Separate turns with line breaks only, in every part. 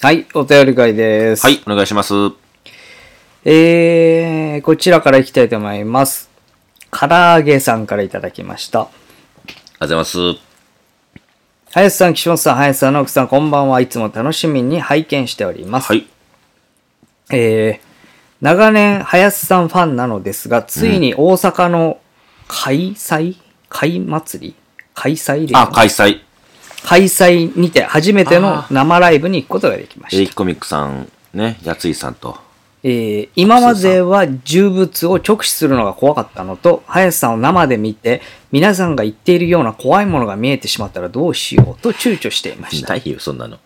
はい、お便り会です。
はい、お願いします。
えー、こちらからいきたいと思います。唐揚げさんからいただきました。
ありがとうございます。
林さん、岸本さん、林さんの奥さん、こんばんはいつも楽しみに拝見しております。
はい。
えー、長年、林さんファンなのですが、ついに大阪の開催開祭り開催でいいの
あ、開催。
開催にて初めての生ライブに行くことができま
エ
し
イ
た。
キコミックさん、ね、やついさんと。
えー今までは重物を直視するのが怖かったのと、林さんを生で見て、皆さんが言っているような怖いものが見えてしまったらどうしようと躊躇していました
な。いよ、そんなの。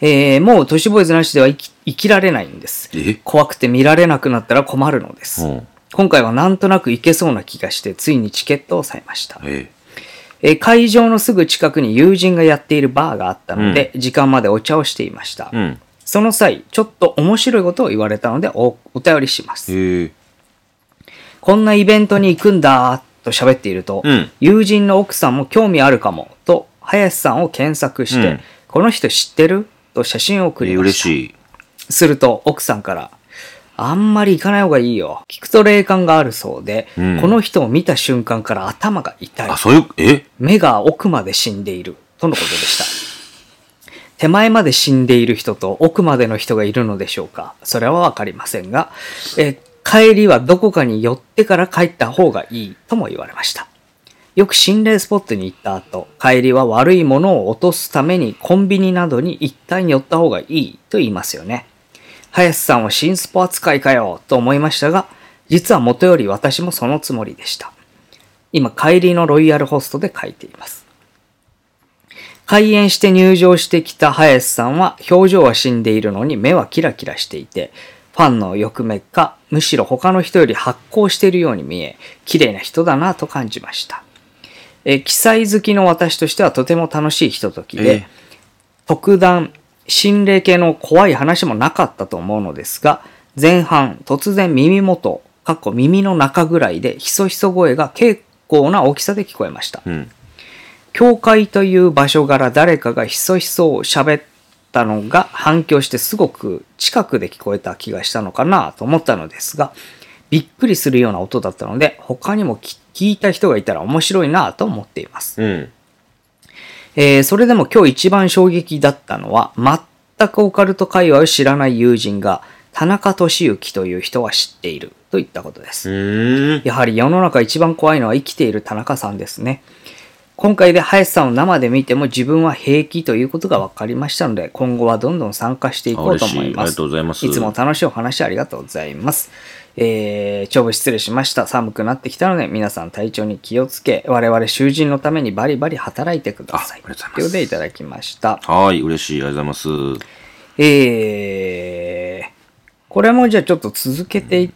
えーもう都市ボーイズなしでは生き生きられないんです
え。
怖くて見られなくなったら困るのです。
うん
今回はなんとなく行けそうな気がして、ついにチケットを抑えました。
え
えー会場のすぐ近くに友人がやっているバーがあったので、時間までお茶をしていました。
え。うん。
その際、ちょっと面白いことを言われたのでお、お便りします。
ええ。
こんなイベントに行くんだーと喋っていると、
うん
友人の奥さんも興味あるかもと、林さんを検索して、
うん
この人知ってると写真を送りま
嬉
した。
しい。
すると、奥さんから、あんまり行かない方がいいよ。聞くと霊感があるそうで、
うん
この人を見た瞬間から頭が痛い
あ、。そういう、え
目が奥まで死んでいる。とのことでした。手前まで死んでいる人と奥までの人がいるのでしょうかそれはわかりませんが、え帰りはどこかに寄ってから帰った方がいいとも言われました。よく心霊スポットに行った後、帰りは悪いものを落とすためにコンビニなどに一旦寄った方がいいと言いますよね。林さんは新スポ扱いかよと思いましたが、実は元より私もそのつもりでした。今、帰りのロイヤルホストで書いています。開演して入場してきた林さんは表情は死んでいるのに目はキラキラしていて、ファンの欲目か、むしろ他の人より発光しているように見え、綺麗な人だなと感じました。えー、記載好きの私としてはとても楽しいひとときで、
え
特段、心霊系の怖い話もなかったと思うのですが、前半、突然耳元、かっこ耳の中ぐらいで、ひそひそ声が結構な大きさで聞こえました
え。。うん。
教会という場所から誰かがひそひそ喋ったのが反響してすごく近くで聞こえた気がしたのかなと思ったのですが、びっくりするような音だったので、他にも聞聞いた人がいたら面白いなと思っています。
うん。
えーそれでも今日一番衝撃だったのは、全くオカルト界隈を知らない友人が、田中俊之という人は知っていると言ったことで
う
す。
ーん。
やはり世の中一番怖いのは生きている田中さんですね。今回で林さんを生で見ても自分は平気ということが分かりましたので、今後はどんどん参加していこうと思い
あ嬉し
ま
い
す。
ありがとうございます
いつも楽しいお話ありがとうございます。えー、長文失礼しました。寒くなってきたので、皆さん体調に気をつけ、我々囚人のためにバリバリ働いてください。
あありがとうございます
ということでいただきました。
はーい、嬉しい。ありがとうございます。
えー、これもじゃあちょっと続けていっ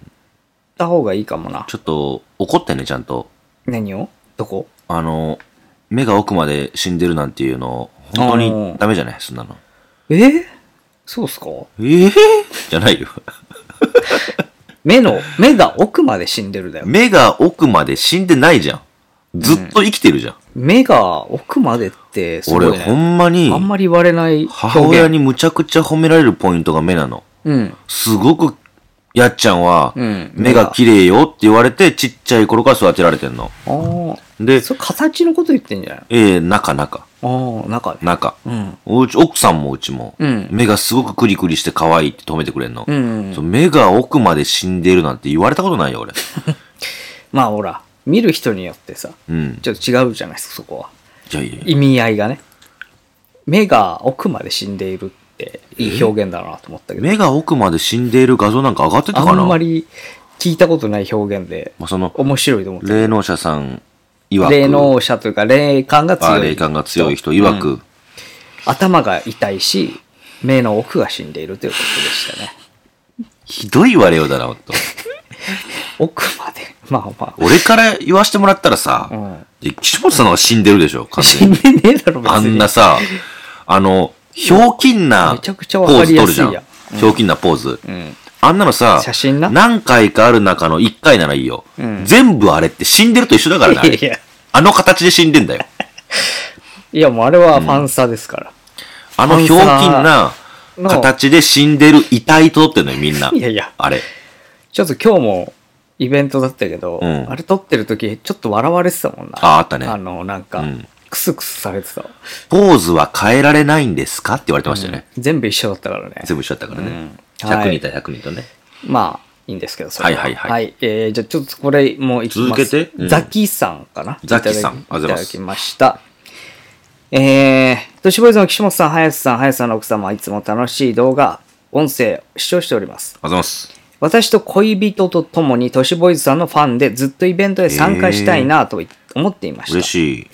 た方がいいかもな。
ちょっと、怒ってね、ちゃんと。
何をどこ
あの、目が奥まで死んでるなんていうの、本当
うん
にダメじゃないそんなの。
えー、そうっすか
ええじゃないよ。
目の、目が奥まで死んでるだよ。
目が奥まで死んでないじゃん。ずっと生きてるじゃん。
目が奥までってすごい、
俺、
ね。
ほんまに
あ、んまり言われない表現。
母親にむちゃくちゃ褒められるポイントが目なの。
うん。
すごく、やっちゃんは
うん、
目が綺麗よって言われて、ちっちゃい頃から育てられてんの。
ああ。
で、
それ形のこと言ってんじゃない
ええ中、中、
ああ、中で。
中。
うん。
うち、奥さんもうちも、
うん
目がすごくクリクリして可愛いって止めてくれんの。
うん
そう目が奥まで死んでるなんて言われたことない よ、俺。
まあほら、見る人によってさ、
うん。
ちょっと違うじゃないですか、そこは。
いやいやいや
意味合いがね。目が奥まで死んでいるって、いい表現だなと思ったけど、
目が奥まで死んでいる画像なんか上がってた
あ
かな。
んまり聞いたことない表現で、
まあ、その、
面白いと思った。
霊能者さん曰く、
霊能者というか、霊感が強
あ
い。
霊感が強い人曰く、
頭が痛いし、目の奥が死んでいるということでしたね。
ひどい言われようだな、ほんと。
奥まで、まあま
俺から言わしてもらったらさ、
うん
で岸本さんの方が死んでるでしょ、
あ。
完
死
全
ん
に。
でねえだろ、別に。
あんなさ、あの、ひょうきんな
めち
ポ
ゃくちゃわ
ー
かり
ズ
や
取
す
る
い
じ
や
ゃ
ん
ん。ひょうきんなポーズ。
うん。
あんなのさ、
写真な
何回かある中の1回ならいいよ。
うん
全部あれって死んでると一緒だからねあれ
いやいや
あの形で死んでんだよ。
いや、もうあれはファンサですから。
あのひょうきんな
の
形で死んでる遺体とってんのよ、みんな。
いやいや、
あれ。
ちょっと今日もイベントだったけど、
うん
あれ撮ってる時ちょっと笑われてたもんな。
あ、あったね。
あの、なんか、
うん
クスクスされてたわ。
ポーズは変えられないんですかって言われてましたよね。
うん全部一緒だったからね。
全部一緒だったからね。
うんはい
100人対100人とね。
まあ、いいんですけど、それ
はいはいはい
えーじゃあちょっとこれもういきます。
続けてうん
ザキさんかな。
ザキさん
い
あ
ただきいた
りがとうございま
だ
す
きました。えー、都市ボーイズの岸本さん、林さん、林さんの奥様、いつも楽しい動画、音声、視聴しております。
ありがとうございます。
私と恋人と共に都市ボーイズさんのファンでずっとイベントで参加したいなと思っていました。
嬉しい。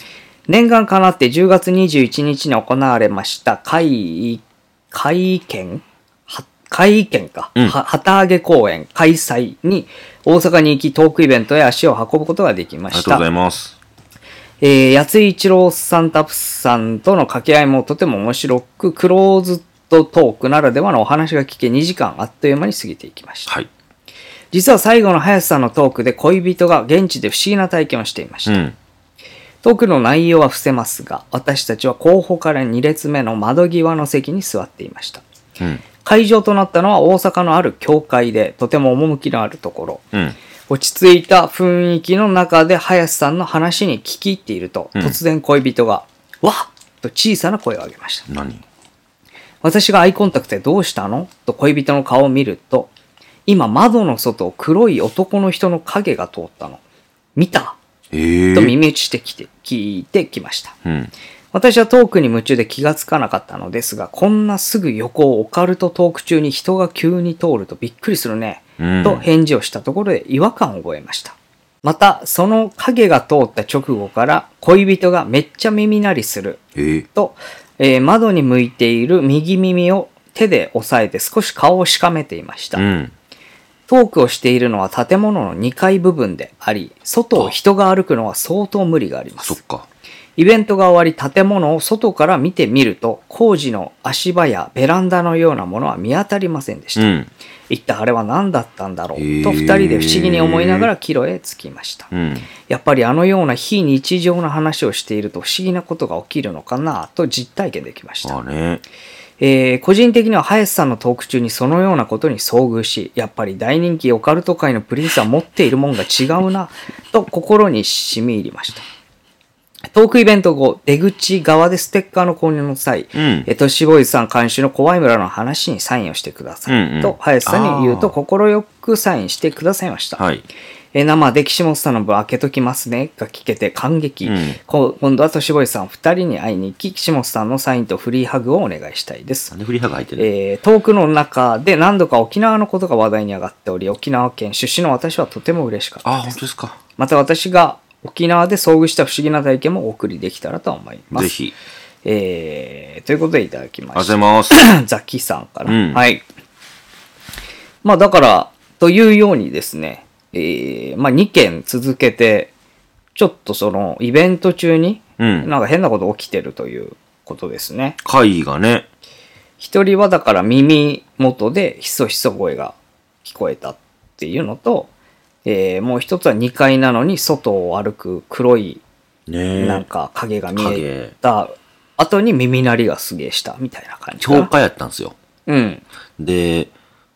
念願かなって10月21日に行われました会、会見は会見か、
うん
は旗揚げ公演開催に大阪に行きトークイベントへ足を運ぶことができま
ありが
し
とうござい
た。
ます。
えー、安井一郎さん、タプスさんとの掛け合いもとても面白く、クローズドトークならではのお話が聞け2時間あっという間に過ぎていきました。
はい。
実は最後の林さんのトークで恋人が現地で不思議な体験をしていました
う。ん。
トークの内容は伏せますが、私たちは後方から2列目の窓際の席に座っていました。
うん。
会場となったのは大阪のある教会で、とても趣のあるところ。
うん。
落ち着いた雰囲気の中で林さんの話に聞き入っていると、
うん
突然恋人が、わっと小さな声を上げました。
何
私がアイコンタクトでどうしたのと恋人の顔を見ると、今窓の外を黒い男の人の影が通ったの。見た
ええ
と耳打ちしてきて、聞いてきました。
うん。
私はトークに夢中で気がつかなかったのですが、こんなすぐ横をオカルトトーク中に人が急に通るとびっくりするね、
うん
と返事をしたところで違和感を覚えました。また、その影が通った直後から恋人がめっちゃ耳鳴りする
ええ
と、えー窓に向いている右耳を手で押さえて少し顔をしかめていました。
うん。
トークをしているのは建物の2階部分であり、外を人が歩くのは相当無理があります
そっ。か。
イベントが終わり建物を外から見てみると工事の足場やベランダのようなものは見当たりませんでし
う
た、
ん。
一体あれは何だったんだろう
へー
と二人で不思議に思いながら帰路へ着きました、
うん。
やっぱりあのような非日常な話をしていると不思議なことが起きるのかなと実体験できました
あね。
えー個人的には林さんのトーク中にそのようなことに遭遇し、やっぱり大人気オカルト界のプリンスは持っているもんが違う な、と心に染み入りました。トークイベント後、出口側でステッカーの購入の際、
うん
えートシボーイズさん監修の怖い村の話にサインをしてください、
うんうん
と林さんに言う
あ
と
ー
快くサインしてくださいました。
はい。
えー生で岸本さんの分開けときますねが聞けて感激、
うん
こ今度は年越さん2人に会いに行き岸本さんのサインとフリーハグをお願いしたいで
な
す
んでフリーハグ入ってる
えートークの中で何度か沖縄のことが話題に上がっており沖縄県出身の私はとても嬉しかった
あ、本当ですか。
また私が沖縄で遭遇した不思議な体験もお送りできたらと思います
ぜひ。
えーということでいただきま
ありが
し
と
た
うございま す。
ザキさんから、
うん
はい。まあだから、というようにですね、えーまあ2件続けて、ちょっとそのイベント中に、
うん
なんか変なこと起きてるということですね。
会がね。
一人はだから耳元でひそひそ声が聞こえたっていうのと、えーもう一つは2階なのに外を歩く黒い
ね
なん
え。
か影が見えた後に耳鳴りがすげえしたみたいな感じかな
教会やったんですよ。
うん。
で、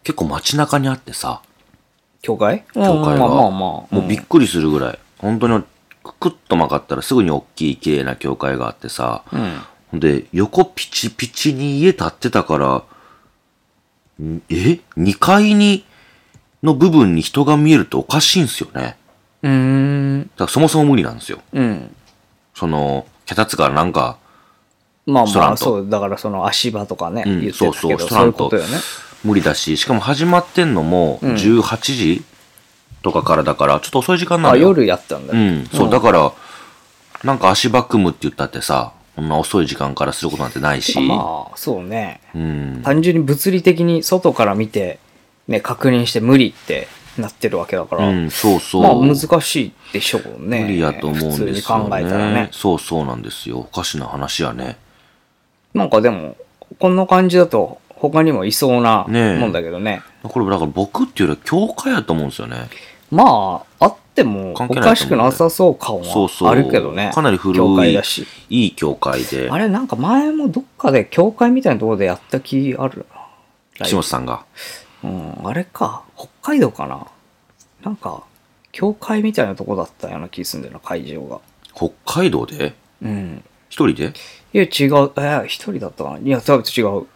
結構街中にあってさ、
教会教
教会が。
まあまあまあ。
もうびっくりするぐらい。本当に、くくっと曲がったらすぐに大きい綺麗な教会があってさ、
うん。
ほんで、横ピチピチに家建ってたから、んえ ?2 階に、の部分に人が見えるっておかしいんですよね。
うーん。
だからそもそも無理なんですよ。
うん。
その、脚立からなんか、
まあ
ストラ
ま
ン
あ、
ト
そう、だからその足場とかね、
うん
言ってたけど、
そうそうスト
そ
ラ
ういう
ン
こ
ト
とよね。
無理だし、しかも始まってんのも
うん
18時とかからだから、ちょっと遅い時間な
あ、
のよ。
夜やったんだ
う
ね。
ん、そう、だから、なんか足場組むって言ったってさ、こんな遅い時間からすることなんてないし、
まあ、そうね。
うん、
単純に物理的に外から見て、ね、確認して無理ってなってるわけだから、
うん、そうそう。
まあ難しいでしょうね。
無理やと思うんですよ、ね。
普通に考えたらね。
そうそうなんですよ。おかしな話やね。
なんかでも、こんな感じだと、他にもいそうな
ねえ
もんだけどね。
これ、だから僕っていうよりは教会やと思うんですよね。
まあ、あってもお
関係ないと思う
かしくなさそう感
そうそう。
はあるけどね。
かなり古い。
教会だし。
いい教会で。
あれなんか前もどっかで教会みたいなところでやった気あるな。ライ
岸本さんが。
うん、あれか、北海道かな。なんか、教会みたいなとこだったような気すんだよな、会場が。
北海道で
うん。
一人で
いや、違う、えー一人だったかな。いや、多分違う。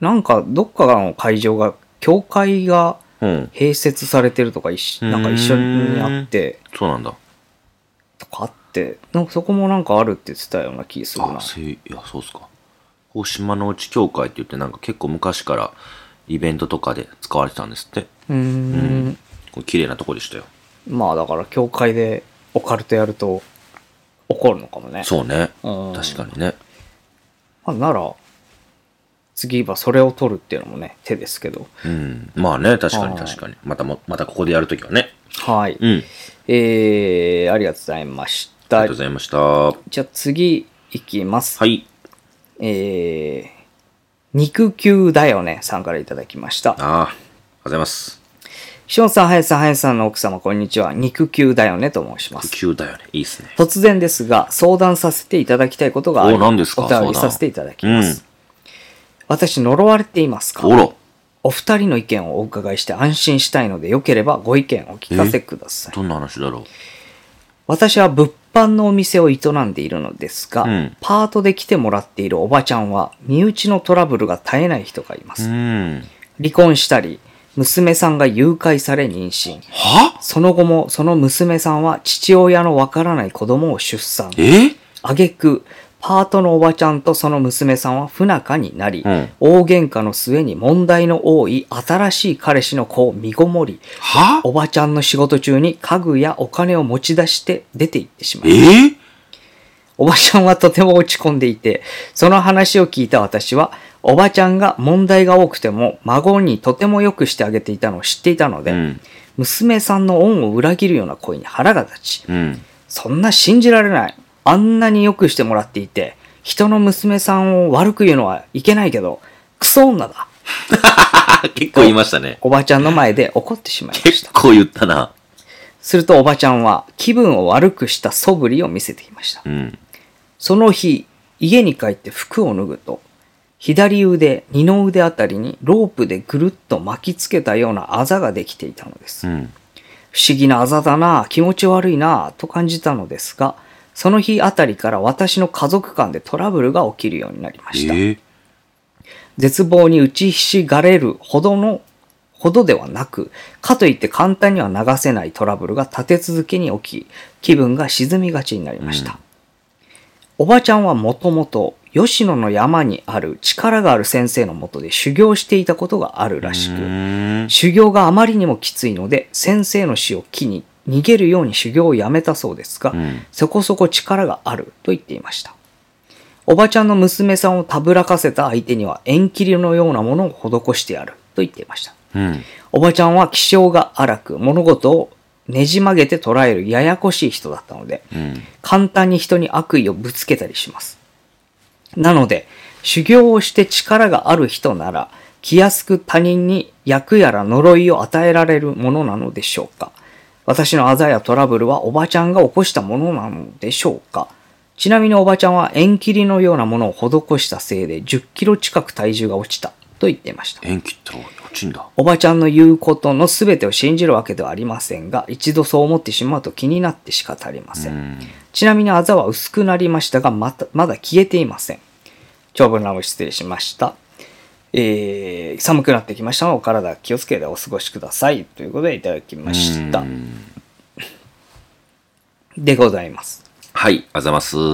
なんか、どっかの会場が、教会が
うん。
併設されてるとか、一緒なんか一緒にあって、
そうなんだ。
とかあって、なんかそこもなんかあるって言ってたような気する
あ、
な。
そういう、いや、そうっすか。大島の内教会って言って、なんか結構昔からイベントとかで使われてたんですって。
うーん。
これ綺麗なとこでしたよ。
まあ、だから、教会でオカルトやると、怒るのかもね。
そうね。
うん
確かにね。
まあ、なら、次はそれを取るっていうのもね、手ですけど。
うん。まあね、確か
あ
に
ー
確かに。またも、またここでやるときはね。
はい。
うん。
えー、ありがとうございまし
あり
た
がとうご。ざいました。は
じゃあ次、いきます。
い。
えー、肉球だよねさんからいただきました。
ああ、ありがとうございます。
シオンさん、ハヤさん、ハヤさんの奥様、こんにちは。肉球だよねと申します。
急だよね。いいっすね。
突然ですが、相談させていただきたいことがあり、
お何ですか
お便り
相談
させていただきます。私、呪われていますか
おろ。
お二人の意見をお伺いして安心したいので、よければご意見をお聞かせください。
どんな話だろ
私は物販のお店を営んでいるのですが、
うん
パートで来てもらっているおばちゃんは、身内のトラブルが絶えない人がいま
う。
す。
うん。
離婚したり、娘さんが誘拐され妊娠。
は
その後もその娘さんは父親のわからない子供を出産。
え
挙句、パートのおばちゃんとその娘さんは不仲になり、
うん
大喧嘩の末に問題の多い新しい彼氏の子を身ごもり、
は
おばちゃんの仕事中に家具やお金を持ち出して出て行ってしま
え
う。おばちゃんはとても落ち込んでいて、その話を聞いた私は、おばちゃんが問題が多くても孫にとても良くしてあげていたのを知っていたので、
うん。
娘さんの恩を裏切るような声に腹が立ち、
うん。
そんな信じられない。あんなに良くしてもらっていて、人の娘さんを悪く言うのはいけないけど、クソ女だ。
あ、結構言いましたね。
おばちゃんの前で怒ってしまいまし
結
た。
構言ったな。
するとおばちゃんは気分を悪くした素振りを見せていました。
うん。
その日、家に帰って服を脱ぐと、左腕、二の腕あたりにロープでぐるっと巻きつけたようなあざができていたのです
う。ん。
不思議なあざだなあ、気持ち悪いなあ、と感じたのですが、その日あたりから私の家族間でトラブルが起きるようになりま
え
した。
ー
絶望に打ちひしがれるほどの、ほどではなく、かといって簡単には流せないトラブルが立て続けに起き、気分が沈みがちになりました。
うん
おばちゃんはもともと、吉野の山にある力がある先生のもとで修行していたことがあるらし
う
く、
ーん。
修行があまりにもきついので、先生の死を機に逃げるように修行をやめたそうですが、
うん
そこそこ力があると言っていました。おばちゃんの娘さんをたぶらかせた相手には縁切りのようなものを施してやると言っていました。
うん。
おばちゃんは気性が荒く物事をねじ曲げて捉えるややこしい人だったので、
うん。
簡単に人に悪意をぶつけたりします。なので、修行をして力がある人なら、気安く他人に役やら呪いを与えられるものなのでしょうか私のあざやトラブルはおばちゃんが起こしたものなのでしょうかちなみにおばちゃんは縁切りのようなものを施したせいで10キロ近く体重が落ちたと言っていました。
縁切ったら落ちんだ。
おばちゃんの言うことの全てを信じるわけではありませんが、一度そう思ってしまうと気になって仕方ありませ。
うんん。
ちなみにあざは薄くなりましたが、また、まだ消えていません。長文乱文失礼しました。えー、寒くなってきましたので、お体気をつけてお過ごしください。ということでいただきました
う。ん
でございます。
はい、あざます。
い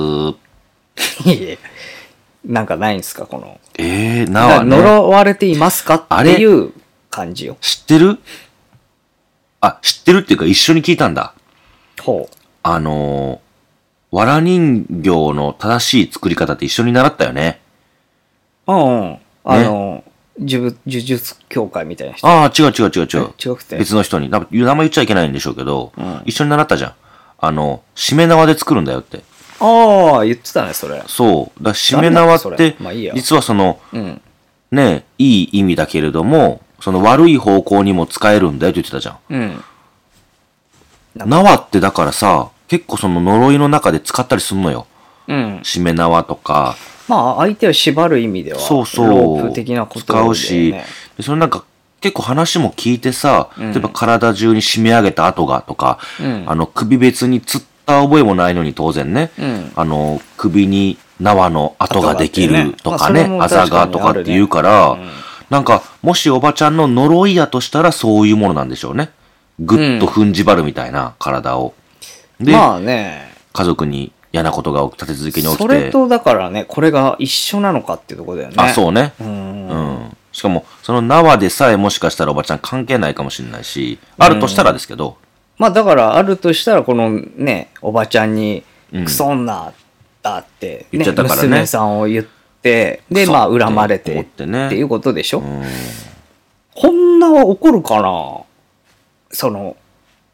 えいえ、なんかないんですか、この。
えー、なはね。
呪われていますか
あ
って
れ
いう感じよ。
知ってるあ、知ってるっていうか一緒に聞いたんだ。
ほ
あのー、わら人形の正しい作り方って一緒に習ったよね。
う。うんうん。あの、呪物呪術協会みたいな人。
ああ、違う違う違う違う。
え違くて
別の人に。なんか名前言っちゃいけないんでしょうけど、
うん
一緒に習ったじゃん。あの、しめ縄で作るんだよって。
ああ、言ってたね、それ。
そう。だからしめ縄っ
なんだそ
て
れ、まあいいや
実はその、
うん。
ね、いい意味だけれども、その悪い方向にも使えるんだよって言ってたじゃん。
うん。なん
縄ってだからさ、結構その呪いの中で使ったりすんのよ。
うん。
しめ縄とか、
まあ、相手を縛る意味では、
そうそう。
ロープ的なことだよ
使うし、でそれなんか、結構話も聞いてさ、例えば体中に締め上げた跡がとか、
うん
あの、首別に釣った覚えもないのに当然ね、
うん
あの、首に縄の跡ができるとかね、
跡があって
あ
ねまあ
ざ
それ
が
も
と
確か
か
にあ
って
るね
言うから、なんか、もしおばちゃんの呪いやとしたらそういうものなんでしょうね。ぐっと踏んじばるみたいな、体を。で、
まあね、
家族に嫌なことが立て続けに起きて。
それとだからね、これが一緒なのかっていうところだよね。
あ、そうね。
う。ん。
うん。しかも、その縄でさえもしかしたらおばちゃん関係ないかもしれないし、あるとしたらですけど、
まあだからあるとしたらこのねおばちゃんに
うん
「クソ女だ」って、
言っ
ね
ちゃったからね
娘さんを言ってで
クソ
まあ恨まれ
って
てっ
思ってね
ていうことでしょ、
うん。
こんなは怒るかなその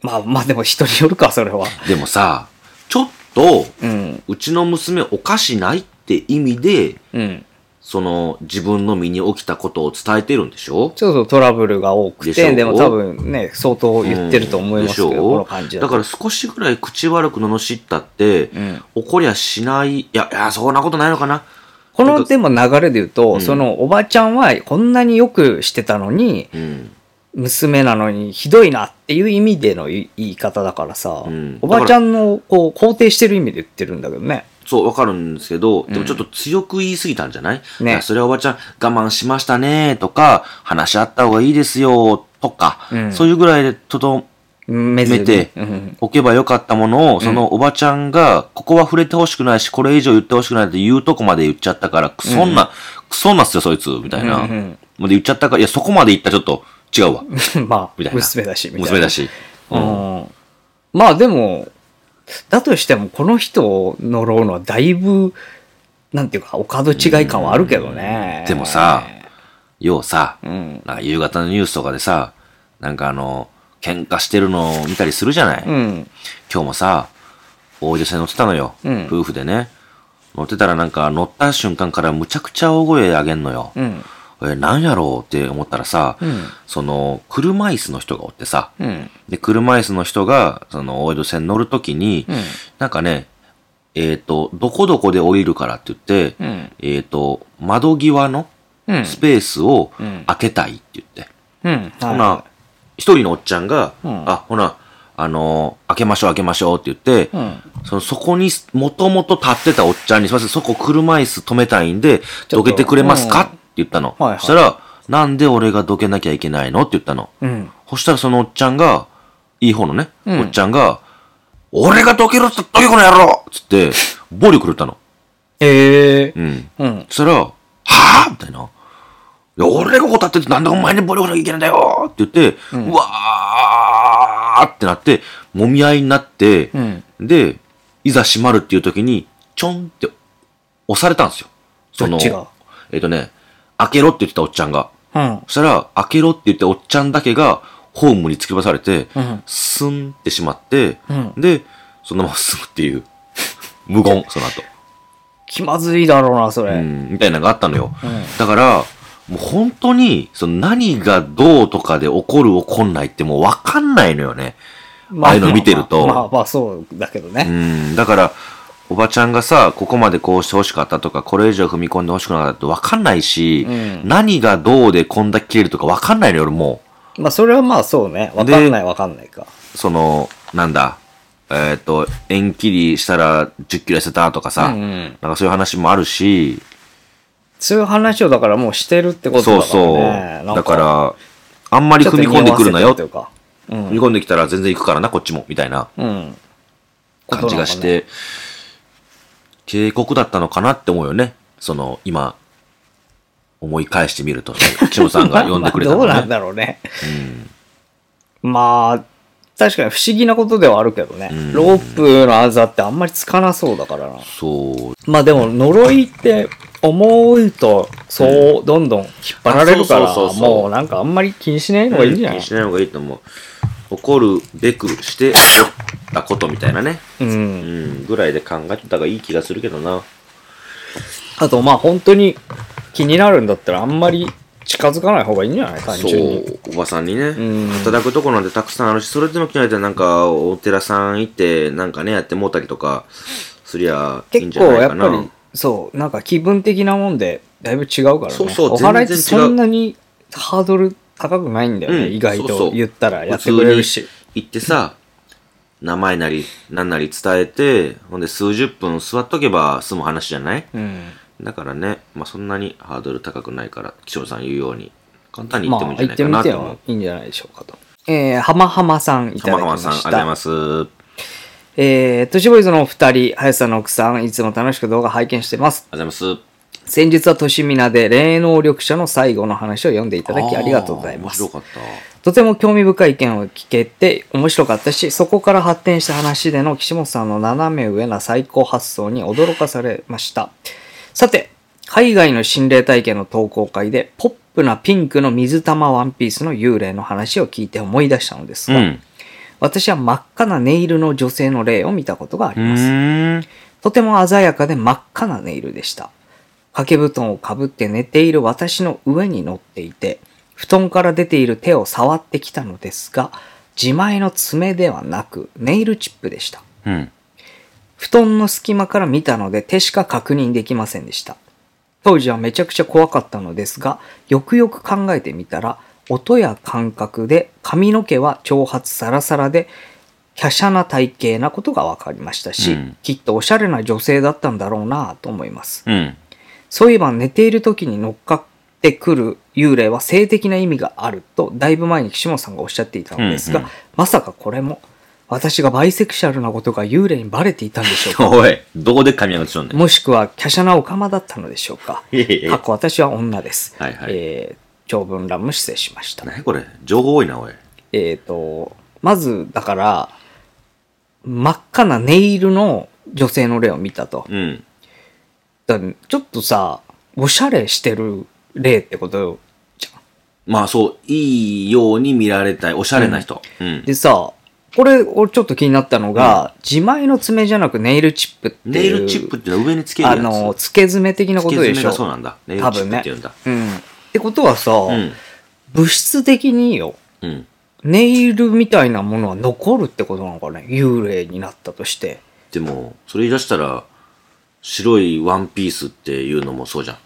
まあまあでも人によるかそれは
でもさ、ちょっと、
うん
うちの娘おかしないって意味で、
うん
その自分の身に起きたことを伝えてるんでしょ
ちょっとトラブルが多く
でしょ
てでも多分ね相当言ってると思いますけど、
うんでしょ
この感じだ
だ
と
から少しぐらい口悪く罵ったって、
うん
怒りゃしない、いや、いや、そんなことないのかな。
こ
ちょ
の
っと
でも流れで言うと、
うん
そのおばちゃんはこんなによくしてたのに
うん。
娘なのにひどいなっていう意味での言い方だからさ、
うん
おばちゃんのこう肯定してる意味で言ってるんだけどね。
そう、わかるんですけど、でもちょっと強く言い過ぎたんじゃない
ね
いやそれはおばちゃん我慢しましたねとか、話し合った方がいいですよとか、
うん
そういうぐらいでとど
め
めて
うん、
置けばよかったものを、そのおばちゃんが、ここは触れてほしくないし、これ以上言ってほしくないって言うとこまで言っちゃったから、クソんな、クソんなっすよ、そいつ、みたいな。
うんうん
まで言っちゃったから、いや、そこまで言ったらちょっと違 うわ。
ま
みた
あ
い、な
娘だし、みたいな。
娘だ。し。
う
うん
ん。まあでも、だとしてもこの人を呪うのはだいぶ、なんていうか、お門違い感はあるけどね。
でもさ、ようさ、
うん。
なんか夕方のニュースとかでさ、なんかあの、喧嘩してるのを見たりするじゃない、
うん。
今日もさ、大女性乗ってたのよ、
うん
夫婦でね。乗ってたらなんか乗った瞬間からむちゃくちゃ大声上げんのよ。
うん。
え、なんやろうって思ったらさ、
うん
その、車椅子の人がおってさ、
うん。
で、車椅子の人が、その、大江戸線乗るときに、
うん
なんかね、えっ、と、どこどこで降りるからって言って、
うん
えっ、と、窓際の
うん。
スペースを
うん
開けたいって言って、
うん。
ほな、一人のおっちゃんが、
うん
あ、ほな、あのー開けましょう開けましょうって言って、
うん。
そのそこに、もともと立ってたおっちゃんに、すいません、そこ車椅子止めたいんで、
ちょ
ど
っと
けてくれますか、
うん
って言ったの。
はいはい
そしたら、なんで俺がどけなきゃいけないのって言ったの。
うん。
そしたらそのおっちゃんが、いい方のね、
うん
おっちゃんが、俺がどけろっつったどけこの野郎つって、暴力振るったの。
ええ
うん。
うん。
そしたら、はぁみたいな。いや、俺がここ立っててなんでお前に暴力しなきゃいけないんだよって言って、うわーってなって、揉み合いになって、
うん。
で、いざ閉まるっていう時に、ちょんって押されたんですよ。そ
どっちが
えっ、とね、開けろって言ってたおっちゃんが。
うん
そ。したら、開けろって言っておっちゃんだけが、ホームに突き出されて、
うん
スンってしまって、
うん
で、そのまま進むっていう、 無言、そ の後。
気まずいだろうな、それ。
うん、みたいなのがあったのよ。
うん
だから、もう本当に、その何がどうとかで起こる起こんないってもうわかんないのよね。ああいうの見てると
まあまあまあそうだけど
う
ね。
ん、だから、おばちゃんがさ、ここまでこうしてほしかったとか、これ以上踏み込んでほしくなかったってわかんないし、
うん
何がどうでこんだけ切れるとかわかんないのよ、俺も
まあそれはまあそうね。わかんないわかんないか。
う。その、なんだ、えっ、と、縁切りしたら10キロ痩せたとかさ、
うんうん
なんかそういう話もあるし、
そういう話をだからもうしてるってことだから
そう
ね。
そう。
なん
だから、あんまり
ちょっ
踏
と
み込んでくるな
匂
よ
わせてるというか。う
踏み
ん。
込んできたら全然行くからな、こっちも、みたいな
うん。
感じがして、警告だったのかなって思うよね。その、今、思い返してみると、チムさんが呼んでくれたの ね。
まあまあどうなんだろうね。まあ、確かに不思議なことではあるけどね
うん。
ロープのあざってあんまりつかなそうだからな。
そう。
まあでも呪いって思うとそうどんどん引っ張られるか
あ
ら
そうそうそうそう
もうなんかあんまり気にしないのがいいんじゃな
気
い
にしない方がいいと思う。怒るべくして怒ったことみたいなね。
う。
うんん、ぐらいで考えてた方がいい気がするけどな。
あとまあ本当に気になるんだったらあんまり近づかない方がいいんじゃない単
そ
純に。
う、おばさんにね、
うん
働くとこなんてたくさんあるし、それでも来ないでなんか、お寺さん行って、なんかね、やってもうたりとか、すりゃいいん
結
じゃ
構
ない
や
か
っぱ
な。
りそうなんか気分的なもんでだいぶ違うからね。
そうそう
お祓いって
全然違う
そんなにハードル高くないんだよね、
うん
意外
そうそ
と
う
言ったらやってくれるし
普通に行ってさ、名前なり、何なり伝えて、ほんで数十分座っとけば済む話じゃない
うん
だからね、まあそんなにハードル高くないから、岸本さん言うように、簡単に行
ま
ってもい
あ
いんじゃ
行
な
っ
い
て
か
みて
なと思
は
う。
いいんじゃないでしょうかとえー、浜浜さんいただ
浜
きま
浜さん、あ
し
り
た
がとうございます。
えー、都市ボーイズのお二人、林さんの奥さん、いつも楽しく動画拝見してます。
ありがとうございます。
先日は都市ミナで霊能力者の最後の話を読んでいただき
ー
ありがとうございます
面。白かった。
とても興味深い意見を聞けて面白かったし、そこから発展した話での岸本さんの斜め上な最高発想に驚かされました。さて、海外の心霊体験の投稿会で、ポップなピンクの水玉ワンピースの幽霊の話を聞いて思い出したのです
う
が、
ん。
私は真っ赤なネイルの女性の霊を見たことがあり
う
ます。
ーん。
とても鮮やかで真っ赤なネイルでした。掛け布団をかぶって寝ている私の上に乗っていて、布団から出ている手を触ってきたのですが、自前の爪ではなくネイルチップでした。
うん。
布団の隙間から見たので手しか確認できませんでした。当時はめちゃくちゃ怖かったのですが、よくよく考えてみたら、音や感覚で髪の毛は長髪サラサラで、華奢な体型なことが分かりましたし、
うん
きっとおしゃれな女性だったんだろうなぁと思います。
うん。
そういえば寝ている時に乗っかってくる幽霊は性的な意味があると、だいぶ前に岸本さんがおっしゃっていたのですが、
うんうん
まさかこれも、私がバイセクシャルなことが幽霊にバレていたんでしょうか
おい、どこで髪が落ちとんねん。
もしくは、華奢なお釜だったのでしょうか。
いやいやい
か
や
っこ私は女です。
はいはい
えー長文乱も失礼しました。
何これ情報多いな、おい。
えっ、と、まず、だから、真っ赤なネイルの女性の例を見たと。
うん。
だからちょっとさ、おしゃれしてる例ってことじゃ
まあそう、いいように見られたい、おしゃれな人。うん。
ん。でさ、これ、俺ちょっと気になったのが、自前の爪じゃなくネイルチップって
ネイ
いう。
ルチップっていうのは上につけるや
あ
つ。
の、付け爪的なこ
付
と
け
で
爪
しょ。
がそうなんだ。ネイルチ
多分
ップっ
ね
て言うんだ。
うん。ってことはさ、
うん。
物質的によ
うん。
ネイルみたいなものは残るってことなのかね幽霊になったとして
でも、それ言い出したら、白いワンピースっていうのもそうじゃん。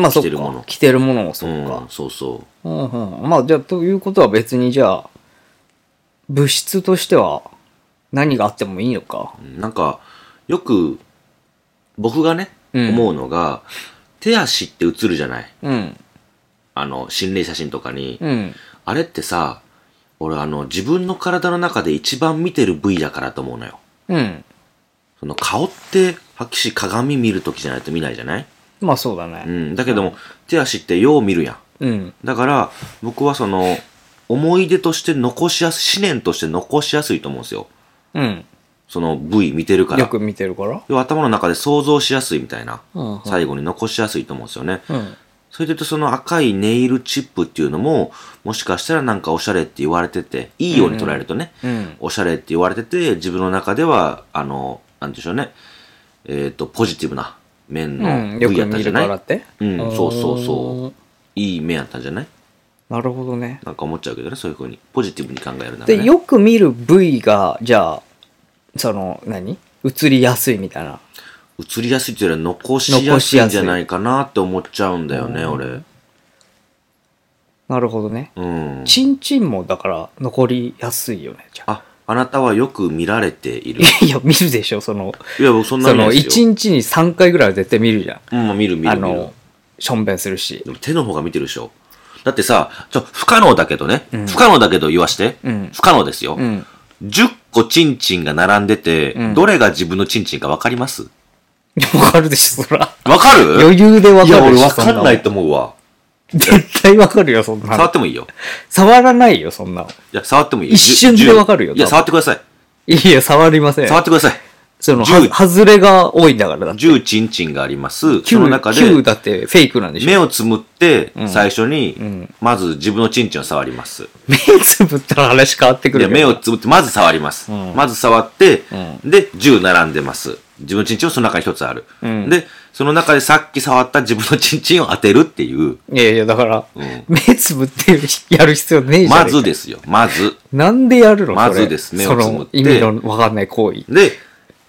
まあそっ
着てるもの
か着てるものもそっ
うん
か、、
そうそ
うんうんまあじゃあということは別にじゃあ物質としては何があってもいいのか
ううん。なんか、よく、僕がね、
うん
思うのが、手足って映るじゃない
うん
あの、心霊写真とかに。
うん
あれってさ、俺あの、自分の体の中で一番見てる部位だからと思うのよ。
うん
その顔って、はっきし鏡見るときじゃないと見ないじゃない
まあそうだ
う
ね
ん。だけども、手足ってよう見るやん。
うん
だから、僕はその、思い出として残しやすい、思念として残しやすいと思うんですよ。
うん、
その部位見てるから。
よく見てるから
要は頭の中で想像しやすいみたいな。
うんうん
最後に残しやすいと思うんですよね。
うん
それで言うとその赤いネイルチップっていうのも、もしかしたらなんかおしゃれって言われてて、いいように捉えるとね、
うん
おしゃれって言われてて、自分の中では、あの、なんていうんでしょうね、えっ、と、ポジティブな面
うん、
の
よ
部位
く
やった
見
じゃ
る
ない、
からって
うんそうそう
う
そ
ん
いい面やったんじゃない
なるほどね
なんか思っちゃうけどね、そういうふうに。ポジティブに考えるなら、ね。
で、よく見る部位が、じゃあ、その、何映りやすいみたいな。
映りやすいっていうよりは残しやすいんじゃないかなって思っちゃうんだよね、
残
俺。
なるほどね。
うん。
チンチンも、だから、残りやすいよね、じゃあ。
あ、あなたはよく見られてい る。
いや、見るでしょ、その、
いや、僕そんな
そ
見な
の、
いです
1
よ。
日に3回ぐらいは絶対見るじゃん。
うん、まあ見る見
あ
る見る
の。、しょんべんするし
で。も手の方が見てるでしょ。だってさ、ちょ、不可能だけどね。
ん
不可能だけど言わして。
うん
不可能ですよ。
うん。
10個チンチンが並んでて、
ん
どれが自分のチンチンかわかります
わかるでしょ、そら。
わかる
余裕でわ
い
か
や、
る
俺
でしょ。
わかんないと思うわ。
そんなの絶対わかるよ、そんな
触っ
の。
てもいいよ。
触らないよ、そんなの。
いや、触ってもいいよ。
一瞬でわかるよ
いや、
多分
触ってください。
いや、触りません。
触ってください。
その、
10
は外れが多いんだから、だって。
10チンチンがあります。その中
9、
で、
九だってフェイクなんでしょ
目をつむって
ん、
最初に、
ん
まず自分のチンチンを触ります。
目つぶったら話変わってく
で、
るけど
目をつぶって、まず触ります。
うん
まず触って、
う
で、10並んでます。自分のチンチンはその中に一つある。
ん
で、その中でさっき触った自分のチンチンを当てるっていう、
いやいやだから、
うん
目つぶってやる必要ねえじゃん
まずですよ。まず。
なんでやるの
まず
それ
です目を
そ
つぶっ
の
て
意味のわかんない行為
で、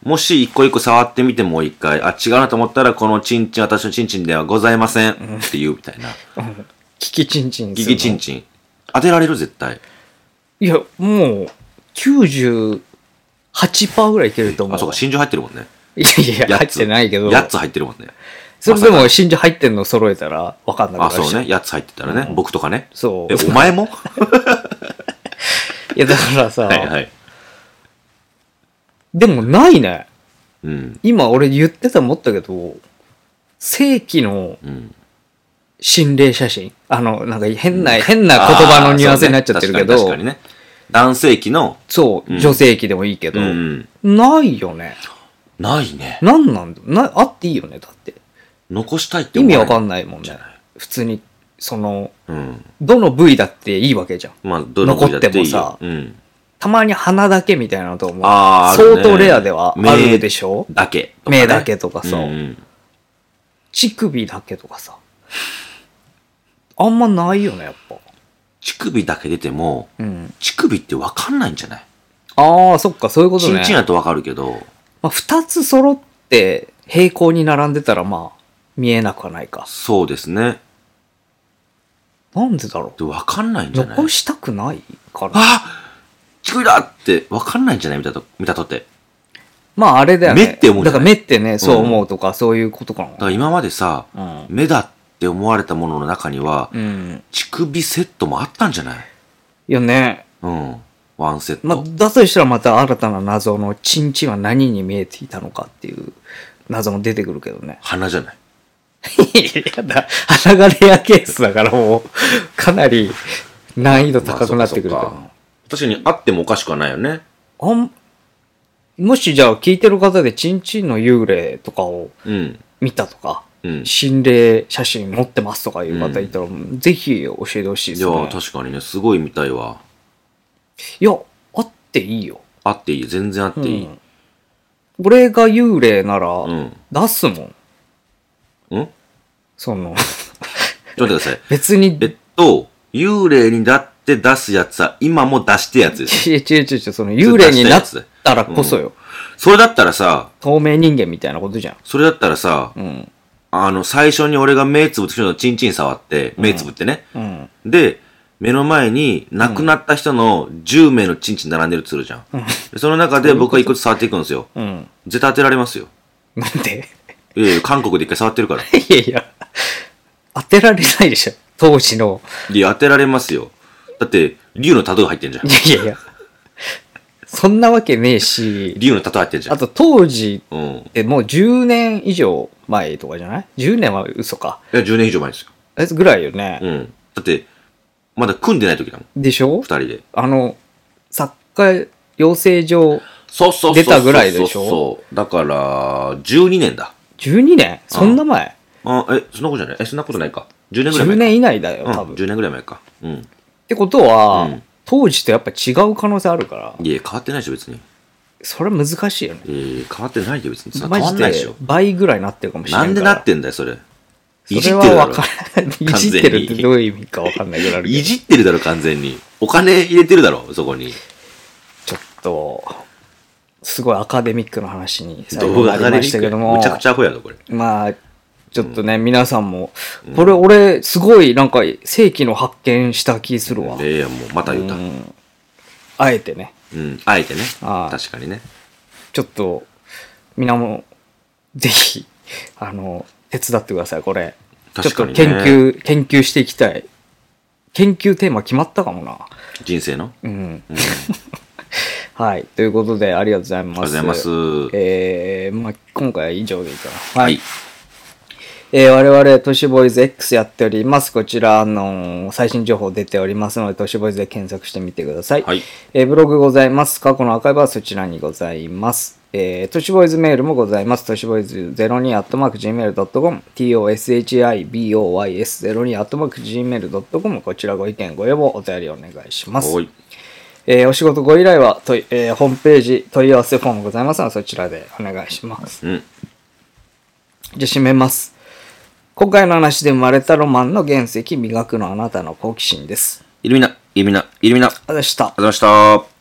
もし一個一個触ってみてもう一回、あ、違うなと思ったら、このチンチン、私のチンチンではございません。っていうみたいな。
キキチンチン
ギ
するの
ギチンチン。当てられる絶対。
いや、もう、98%ぐらいいけると思う。
あ、そうか、真珠入ってるもんね。
いやいや、 入
八
っ
つ
てないけど、
8つ入ってるもんね。
それでも真珠入ってんの揃えたら分かんなくな
あ、
るし。
そうね。8つ入ってたらね。僕とかね。
そう。
え、お前も
いや、だからさ、
はいはい。
でもないね。
うん。
今俺言ってた思ったけど、正規の
うん。
心霊写真。あの、なんか変な、変な言葉のニュアンスになっちゃってるけ
あー
ど、
そうね確かに確かにね。男性器の、
そう、
うん
女性器でもいいけど、
うん。
ないよね。
ないね。
なんなんだな、あっていいよね、だって。
残したいって
意味わか
ない。
んないもん
じゃ
ね
ない。
普通に、その、
うん。
どの部位だっていいわけじゃん。
まあ、どの部位だいい
残
よ
って
うん。
たまに鼻だけみたいなのと思う。
あーあるね
相当レアではあるでしょ
だけとかね。
目だけとかさ、
うん
乳首だけとかさ。あんまないよね、やっぱ。
乳首だけ出ても、
うん。
乳首ってわかんないんじゃない
ああ、そっか、そういうこと
チ
ね。
ンチンだとわかるけど、
まあ、二つ揃って平行に並んでたら、まあ、見えなくはないか。
そうですね。
なんでだろ
で、わかんないん
う。
じゃない
残したくないから。
あ乳首だってわかんないんじゃない見たと、見たとって。
まあ、あれだよね。
目って思うじ
だ
ゃな
か
い
ら目ってね、そう思うとか、そういうことか
だか
な。
ら今までさ、
うん。
目だって思われたものの中には、
うん。
乳首セットもあったんじゃない
いやね。
うん。ワンセット。。
まあ、だとしたらまた新たな謎のチンチンは何に見えていたのかっていう謎も出てくるけどね
鼻じゃない
いやだ、鼻がレアケースだからもう、かなり難易度高くなってくる
ま
か
あ
ら。
そっかそっか確かにあってもおかしくはないよね。
あん、もしじゃあ聞いてる方でチンチンの幽霊とかを
うん。
見たとか、
うん。じ
心霊写真持ってますとかいう方いたら、ぜひ教えてほしいです
ゃ
ね。
あ確かにね、すごいみたいわ。
いや、あっていいよ。
あっていい。全然あっていい。
うん俺が幽霊なら、
うん。
出すもん。
うん
その、
ちょっと待ってください。
別に、
えっと、幽霊にだって出すやつは今も出してやつです。
ちえちえちえちえ、その幽霊になったらこそよ、
それだったらさ、
透明人間みたいなことじゃん。
それだったらさ、
うん。
あの、最初に俺が目つぶって、チンチン触って、目つぶってね。
うん。
で、目の前に亡くなった人の10名のチンチン並んでるっつるじゃん。でその中で僕が一個ずつ触っていくんですよ。
うん。
絶対当てられますよ。
なんで
いやいや韓国で一回触ってるから。
いやいや、当てられないでしょ。当時の。
いや、当てられますよ。だって、竜のタトゥー入ってんじゃん
い。やいやいや。そんなわけねえし、
竜のタトゥー入ってんじゃ
あ
ん。
と当時
うん。い
ってもう10年以上前とかじゃない ?10 年は嘘か。
や、10年以上前ですよ。
あいつぐらいよね。
うん。だって、まだ組んでない時だもん。
でしょ
二人で。
あの、作家養成所
そうそうそうそう。
出たぐらいでしょ
そう。だから、12年だ。
12年そんな前
あ、え、そんなことじゃないえ、そんなことないか。10年ぐらい前か。
10年以内だよ、
うん、
多分。
10年ぐらい前か。うん。
ってことは、
うん
当時とやっぱ違う可能性あるから、
いや、変わってないでしょ、別に。
それは難しいよね。
えー、変わってないよ、別に。そんな
マ
変わ
ジ
んないで
で
しょ。
倍ぐらいなってるかもしれ
な
ない
んで
から
なってんだよ、それ。い
そ
じ
れ
っ
は
てるだ
わ
ろ
か。んない。い
完全に
じってるってどういう意味かわかんないぐらいあるけど
いじってるだろ、完全に。お金入れてるだろ、そこに。
ちょっと、すごいアカデミックな話に最
動
後
画
なり
がね、
ま
む
した
ち
けども、
ゃくちゃアホやろ、これ。
まあ、ちょっとね、皆さんも、これ俺、すごいなんか、世紀の発見した気するわ。
ええやん、もう、また言うた。
う
うん
あえてね、
ん、あえてね。
ああ
確かにね。
ちょっと、みんなも、ぜひ、あの、手伝ってください、これ。ちょっ
確か
と
にね
研究、研究していきたい。研究テーマ決まったかもな。
人生の。
うん。
うん。あり
はい。ということで、ありがとうございます。
がとうございます。
えー、まあ、今回は以上でいいかな。
はい。
えー我々、都市ボーイズ X やっております。こちら、あのー最新情報出ておりますので、都市ボーイズで検索してみてください。
はい
えーブログございます。過去のアーカイブはそちらにございます。えー、都市ボーイズメールもございます。都市ボーイズ 02-gmail.com、toshiboys02-gmail.com、こちらご意見、ご要望、お便りお願いします。
おい。
えーお仕事ご依頼は、といえーホームページ問い合わせフォームございますので、そちらでお願いします。
うん。
じゃあ締めます。今回の話で生まれたロマンの原石、磨くのあなたの好奇心です。
イルミナ、イルミナ、イルミナ。ありがとう
あでした。
ございました。